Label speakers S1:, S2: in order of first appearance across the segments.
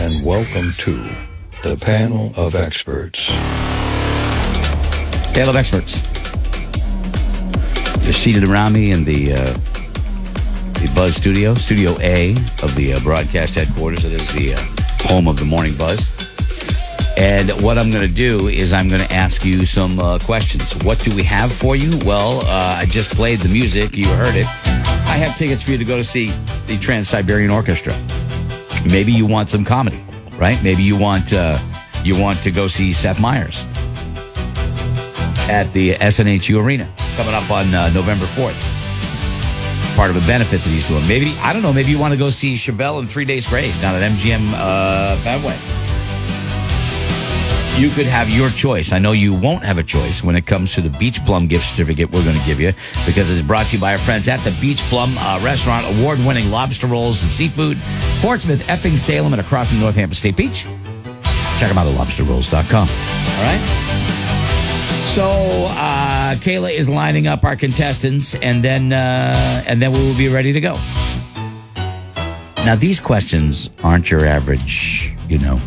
S1: and welcome to the panel of experts.
S2: panel of experts. They're seated around me in the uh, the Buzz Studio, Studio A of the uh, broadcast headquarters. It is the uh, home of the Morning Buzz. And what I'm going to do is I'm going to ask you some uh, questions. What do we have for you? Well, uh, I just played the music. You heard it. I have tickets for you to go to see the Trans Siberian Orchestra. Maybe you want some comedy, right? Maybe you want uh, you want to go see Seth Meyers at the SNHU Arena coming up on uh, November 4th. Part of a benefit that he's doing. Maybe, I don't know, maybe you want to go see Chevelle in Three Days Grace down at MGM uh, Badway. You could have your choice. I know you won't have a choice when it comes to the Beach Plum gift certificate we're going to give you because it's brought to you by our friends at the Beach Plum uh, Restaurant, award winning lobster rolls and seafood, Portsmouth, Epping, Salem, and across from Northampton State Beach. Check them out at lobsterrolls.com. All right? So uh, Kayla is lining up our contestants, and then uh, and then we will be ready to go. Now these questions aren't your average, you know,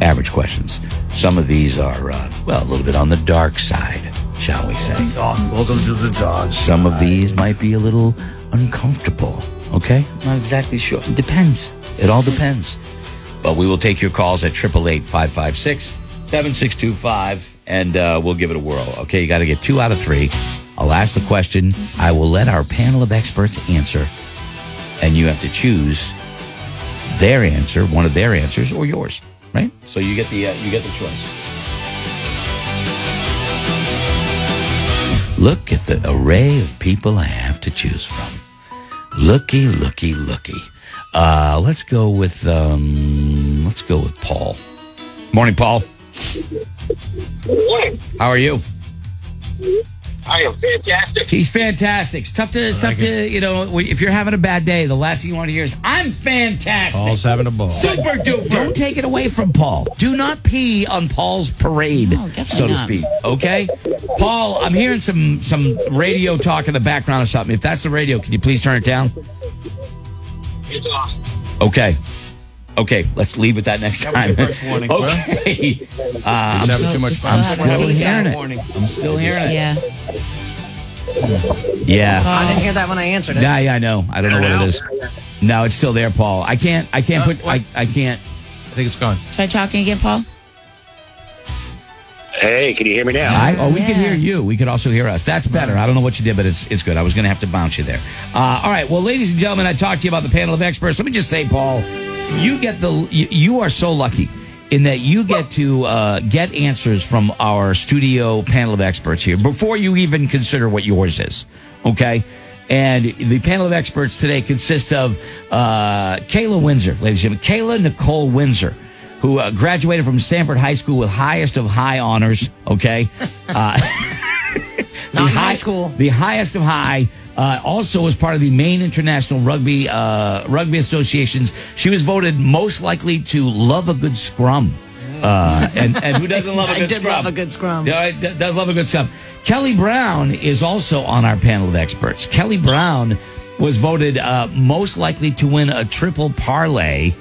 S2: average questions. Some of these are uh, well a little bit on the dark side, shall we say?
S3: Welcome to the Dodge.
S2: Some of these might be a little uncomfortable. Okay? Not exactly sure. It depends. It all depends. But we will take your calls at 888 556 7625 and uh, we'll give it a whirl. Okay? You got to get two out of three. I'll ask the question. I will let our panel of experts answer. And you have to choose their answer, one of their answers, or yours. Right? So you get the uh, you get the choice. Look at the array of people I have to choose from. Looky, looky, looky. Uh, let's go with um, let's go with Paul. Morning, Paul.
S4: Morning.
S2: How are you?
S4: I am fantastic.
S2: He's fantastic. It's tough to it's tough to you know when- if you're having a bad day, the last thing you want to hear is "I'm fantastic."
S3: Paul's having a ball.
S2: Super duper. Don't take it away from Paul. Do not pee on Paul's parade,
S5: Oh,
S6: No, definitely
S2: so to
S6: not.
S2: speak. Okay, Paul. I'm hearing some some radio talk in the background or something. If that's the radio, can you please turn it down?
S4: It's awesome.
S2: Okay. Okay, let's lead with that next time.
S3: was your first warning, bro.
S2: okay. Uh, I'm
S3: having
S2: s-
S3: too much
S6: it's
S3: fun.
S6: not
S3: I'm
S2: still
S6: really
S2: hearing
S6: sound
S2: it.
S6: warning.
S2: I'm still hearing it.
S7: Yeah.
S2: Yeah.
S6: I didn't hear that when I answered it.
S2: Yeah, yeah, I know. I don't know what it is. No, it's still there, Paul. I can't. I can't
S3: Uh,
S2: put. I, I can't.
S3: I think it's gone.
S7: Try talking again, Paul.
S4: Hey, can you hear me now?
S2: I, oh, we can
S7: Yeah.
S2: hear you. We could also hear us. That's better. I don't know what you did, but it's it's good. I was going to have to bounce you there. Uh, all right. Well, ladies and gentlemen, I talked to you about the panel of experts. Let me just say, Paul, you get the you, you are so lucky in that you get to uh, get answers from our studio panel of experts here before you even consider what yours is. Okay. And the panel of experts today consists of uh, Kayla Windsor, ladies and gentlemen, Kayla Nicole Windsor who uh, graduated from Stanford High School with highest of high honors. Okay, uh,
S6: Not in high school.
S2: the highest of high. Uh, also, as part of the Maine International Rugby uh, Rugby Associations, she was voted most likely to love a good scrum. Uh, and, and who doesn't love a
S6: I
S2: good
S6: did
S2: scrum?
S6: love a good scrum.
S2: Yeah, I d- d- love a good scrum. Kelly Brown is also on our panel of experts. Kelly Brown was voted uh, most likely to win a triple parlay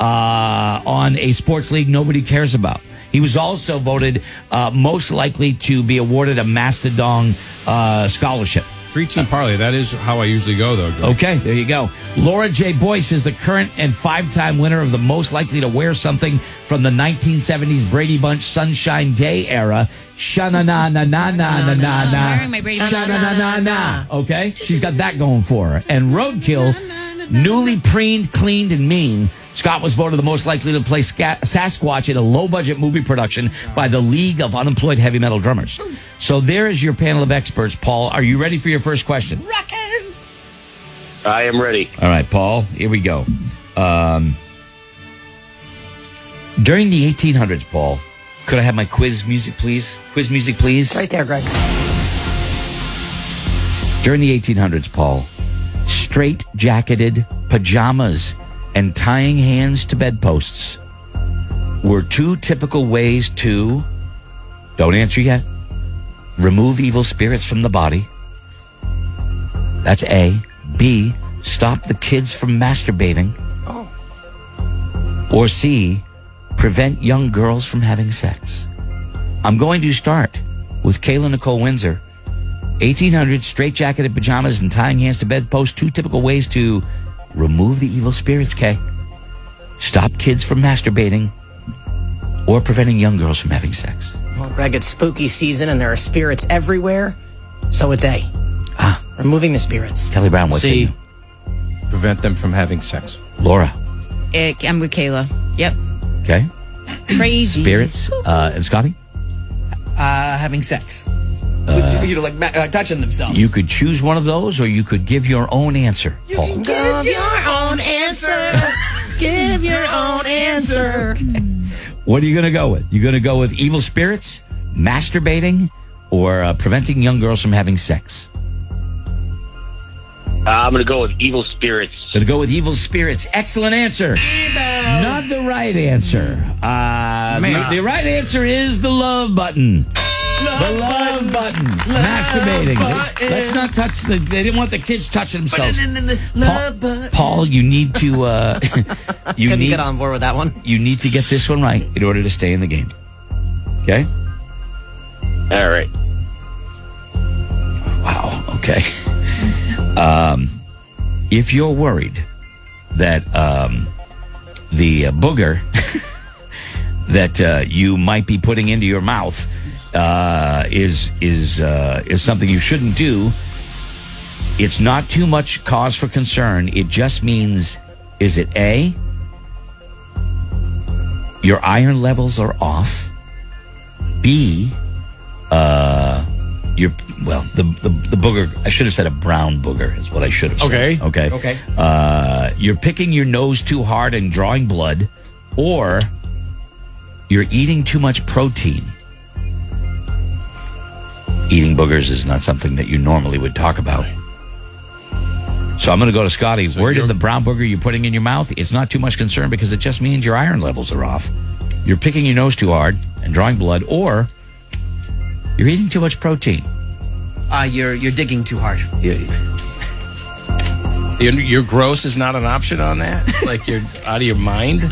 S2: uh, on a sports league nobody cares about. He was also voted uh, most likely to be awarded a Mastodon uh, scholarship.
S3: Three team parlay. That is how I usually go, though. Greg.
S2: Okay, there you go. Laura J. Boyce is the current and five time winner of the most likely to wear something from the 1970s Brady Bunch Sunshine Day era. Sha na na na na na na na
S7: I'm
S2: na.
S7: wearing my Brady Bunch.
S2: Sha na na na na.
S6: Na.
S2: Okay, she's got that going for her. And Roadkill, newly preened, cleaned, and mean. Scott was voted the most likely to play Sca- Sasquatch in a low budget movie production by the League of Unemployed Heavy Metal Drummers. So there is your panel of experts, Paul. Are you ready for your first question?
S4: I am ready.
S2: All right, Paul, here we go. Um, during the 1800s, Paul, could I have my quiz music, please? Quiz music, please.
S6: Right there, Greg.
S2: During the 1800s, Paul, straight jacketed pajamas and tying hands to bedposts were two typical ways to, don't answer yet, remove evil spirits from the body. That's A. B. Stop the kids from masturbating. Or C. Prevent young girls from having sex. I'm going to start with Kayla Nicole Windsor. 1800 straight jacketed pajamas and tying hands to bedposts. Two typical ways to remove the evil spirits, Kay. Stop kids from masturbating or preventing young girls from having sex.
S5: Well, Greg, it's spooky season and there are spirits everywhere. So it's A. Ah. Removing the spirits.
S2: Kelly Brown, what's
S3: See.
S2: C.
S3: Prevent them from having sex.
S2: Laura,
S7: Eh, I'm with Kayla. Yep.
S2: okay?
S7: Crazy.
S2: Spirits, uh, and Scotty?
S8: Uh, having sex. you know, like ma- uh, touching themselves.
S2: You could choose one of those or you could give your own answer, Paul.
S8: Give your own answer. Give your own answer.
S2: What are you going to go with? You going to go with evil spirits, masturbating, or uh, preventing young girls from having sex?
S4: Uh, I'm going to go with evil spirits.
S2: Gonna go with evil spirits. Excellent answer. Not the right answer. Uh, the,
S8: Man.
S2: the right answer is the love button. the love button. Masturbating.
S8: button.
S2: Let's not touch the. They didn't want the kids touching themselves.
S8: Love button.
S2: Paul, you need to. Uh, you
S5: Couldn't
S2: need.
S5: get on board with that one.
S2: You need to get this one right in order to stay in the game. Okay.
S4: All right.
S2: Wow. Okay. um, if you're worried that um, the uh, booger that uh, you might be putting into your mouth uh, is is uh, is something you shouldn't do, it's not too much cause for concern. It just means, is it a your iron levels are off? B uh your well the, the the booger I should have said a brown booger is what I should have
S3: Okay.
S2: said. Okay.
S8: Okay.
S2: Uh you're picking your nose too hard and drawing blood or you're eating too much protein. Eating boogers is not something that you normally would talk about. So I'm going to go to Scotty.
S3: So
S2: Where did
S3: you're-
S2: the brown booger you're putting in your mouth? It's not too much concern because it just means your iron levels are off. You're picking your nose too hard and drawing blood, or you're eating too much protein.
S8: Uh, you're you're digging too hard.
S3: Your, your gross is not an option on that? like you're out of your mind?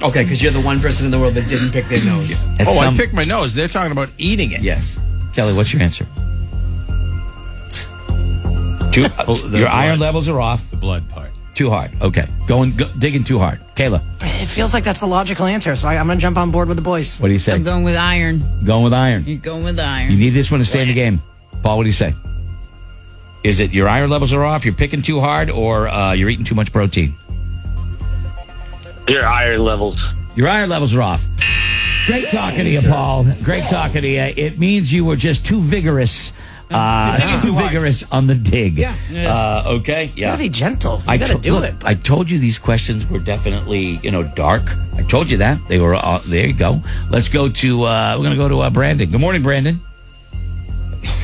S8: Okay, because you're the one person in the world that didn't pick their nose.
S2: At
S3: oh,
S2: some-
S3: I picked my nose. They're talking about eating it.
S2: Yes. Kelly, what's your answer? Too,
S3: Oh, the
S2: your
S3: blood.
S2: iron levels are off.
S3: The blood part.
S2: Too hard. Okay. Going, go, digging too hard. Kayla,
S5: It feels like that's the logical answer, so I, I'm going to jump on board with the boys.
S2: what do you say?
S7: I'm going with iron.
S2: going with iron.
S7: You're going with
S2: You
S7: iron.
S2: need this one to stay in the game. Paul, what do you say? Is it your iron levels are off, you're picking too hard, or uh, you're eating too much protein?
S4: Your iron levels.
S2: Your iron levels are off. Great talking to you, Paul. Great talking to you. It means you were just too vigorous. Uh, too vigorous on the dig.
S8: Yeah.
S2: Uh, okay.
S5: You
S2: Yeah.
S5: gotta be gentle. You
S2: I
S5: gotta
S2: to-
S5: do
S2: look,
S5: it.
S2: I told you these questions were definitely, you know, dark. I told you that they were. Uh, there you go. Let's go to. Uh, we're gonna go to uh, Brandon. Good morning, Brandon.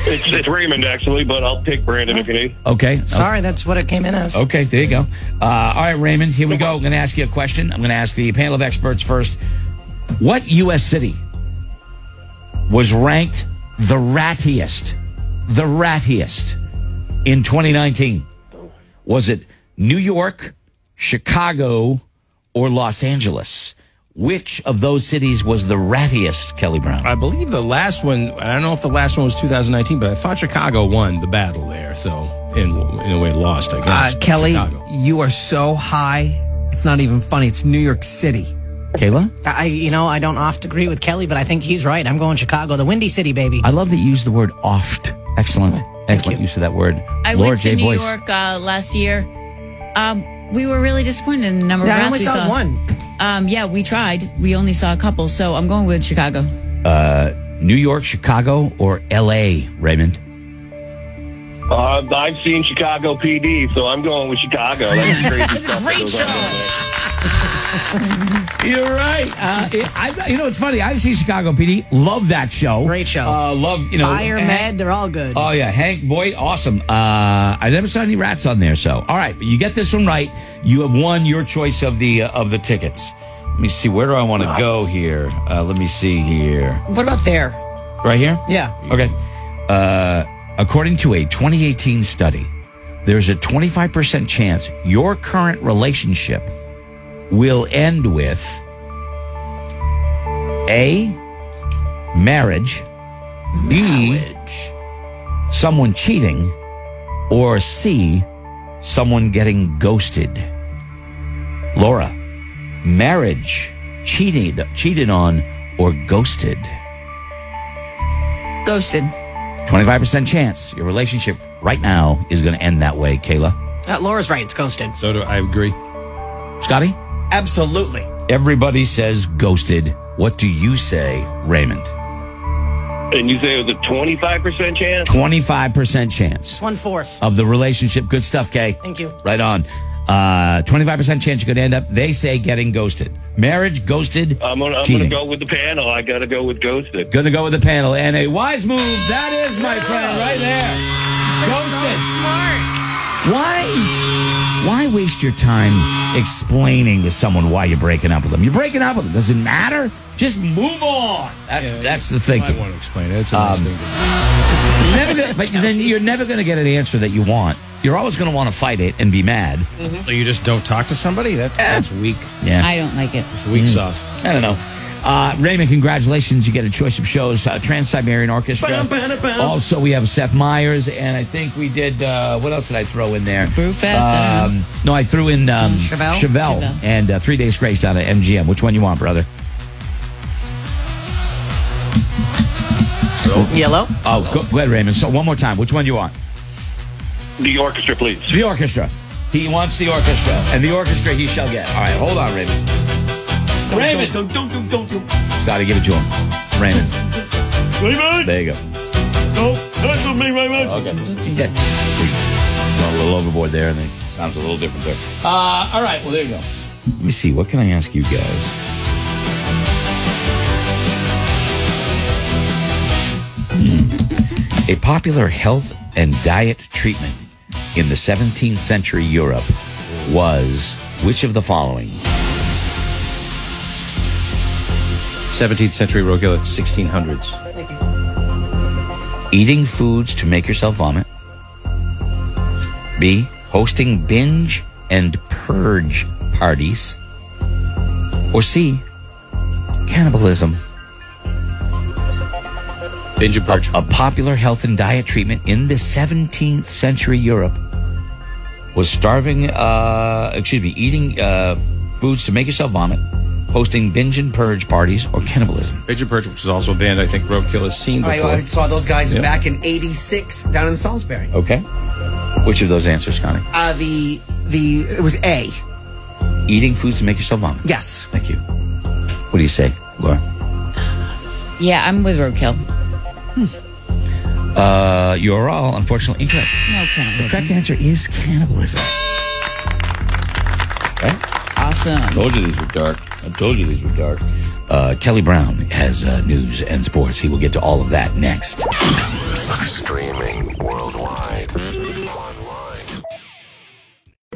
S4: It's, it's Raymond, actually, but I'll pick Brandon if you need.
S2: Okay.
S5: Sorry, that's what it came in as.
S2: Okay, there you go. Uh, all right, Raymond, here we go. I'm going to ask you a question. I'm going to ask the panel of experts first. What U.S. city was ranked the rattiest, the rattiest in 2019? Was it New York, Chicago, or Los Angeles? Which of those cities was the rattiest, Kelly Brown?
S3: I believe the last one, I don't know if the last one was 2019, but I thought Chicago won the battle there. So, in, in a way, lost, I
S8: Uh,
S3: guess.
S8: Kelly,
S3: Chicago.
S8: you are so high. It's not even funny. It's New York City.
S2: Kayla?
S5: I, you know, I don't oft agree with Kelly, but I think he's right. I'm going Chicago, the Windy City, baby.
S2: I love that you used the word oft. Excellent. Excellent use of that word.
S7: I
S2: Laura
S7: went to
S2: J.
S7: New
S2: Boyce.
S7: York uh, last year. Um, We were really disappointed in the number
S5: Yeah, I
S7: of rounds
S5: only
S7: we
S5: saw
S7: saw.
S5: one.
S7: Um, yeah, we tried. We only saw a couple, so I'm going with Chicago.
S2: Uh, New York, Chicago, or L.A. Raymond?
S4: Uh, I've seen Chicago PD, so I'm going with Chicago. That's crazy stuff. that goes on over there.
S2: You're right. Uh, it, I, you know, it's funny. I've seen Chicago PD. Love that show. Great show. Uh, love, you know.
S5: Fire,
S2: Hank-
S5: Med, they're all good.
S2: Oh, yeah. Hank Boyd, awesome. Uh, I never saw any rats on there, so. All right, but you get this one right. You have won your choice of the uh, of the tickets. Let me see. Where do I want to go here? Uh, let me see here.
S7: What about there?
S2: Right here?
S7: Yeah.
S2: Okay. Uh, according to a 2018 study, there's a 25% chance your current relationship will end with A, marriage, B, someone cheating, or C, someone getting ghosted. Laura, marriage, cheated, cheated on, or ghosted?
S7: Ghosted.
S2: 25% chance your relationship right now is going to end that way, Kayla.
S5: Uh, Laura's right. It's ghosted.
S3: So do I agree.
S2: Scotty?
S9: Absolutely.
S2: Everybody says ghosted. What do you say, Raymond?
S4: And you say it was a 25% chance?
S2: 25% chance
S5: One fourth.
S2: of the relationship. Good stuff, Kay.
S5: Thank you.
S2: Right on. Uh, 25% chance you're going to end up, they say, getting ghosted. Marriage, ghosted.
S4: I'm gonna, I'm gonna
S2: cheating.
S4: go with the panel. I gotta go with ghosted.
S2: Gonna go with the panel and a wise move. That is, my friend, right there. Ghosted. Why? Why waste your time explaining to someone why you're breaking up with them? You're breaking up with them. Doesn't matter. Just move on. That's that's the thing.
S3: I want to explain it. It's a nice
S2: Um,
S3: thing. to-
S2: Never gonna, but then you're never going to get an answer that you want. You're always going to want to fight it and be mad.
S3: So you just don't talk to somebody? That, that's weak.
S2: Yeah.
S7: I don't like it.
S3: It's weak sauce.
S2: I don't know. Uh, Raymond, congratulations. You get a choice of shows uh, Trans Siberian Orchestra.
S9: Bum, bum, bum.
S2: Also, we have Seth Meyers, and I think we did, uh, what else did I throw in there?
S7: Brewfest, I don't know.
S2: Um, no, I threw in um,
S5: Chevelle?
S2: Chevelle,
S7: Chevelle.
S2: and uh, Three Days Grace out of MGM. Which one you want, brother?
S5: Yellow.
S2: Oh, go, go ahead, Raymond. So, one more time. Which one you want?
S4: The orchestra, please.
S2: The orchestra. He wants the orchestra, and the orchestra he shall get. All right, hold on, Raymond. Raymond!
S9: Don't, don't, don't, don't, don't.
S2: Gotta give it to him. Raymond.
S9: Raymond!
S2: There you go.
S9: No, that's for me, Raymond.
S2: Okay. Got a little overboard there, and it sounds a little different there. Uh, all right, well, there you go. Let me see. What can I ask you guys? A popular health and diet treatment in the 17th century Europe was which of the following?
S3: 17th century Rogel at 1600s.
S2: eating foods to make yourself vomit. B. Hosting binge and purge parties. Or C. Cannibalism.
S3: Binge and
S2: A,
S3: purge.
S2: a popular health and diet treatment in the 17th century Europe was starving, uh, excuse me, eating uh, foods to make yourself vomit, hosting binge and purge parties, or cannibalism.
S3: Binge and purge, which is also a band I think Roadkill has seen
S9: I,
S3: before.
S9: I saw those guys
S3: Yeah.
S9: back in '86 down in Salisbury.
S2: Okay. Which of those answers, Connie?
S9: Uh, the the it was A.
S2: Eating foods to make yourself vomit.
S9: Yes.
S2: Thank you. What do you say, Laura?
S7: Yeah, I'm with Roadkill.
S2: Uh, you're all unfortunately incorrect.
S7: No
S2: The correct
S7: cannibalism.
S2: answer is cannibalism. Right?
S7: Awesome.
S2: told you these were dark. I told you these were dark. Uh, Kelly Brown has uh, news and sports. He will get to all of that next.
S10: Streaming worldwide. Online.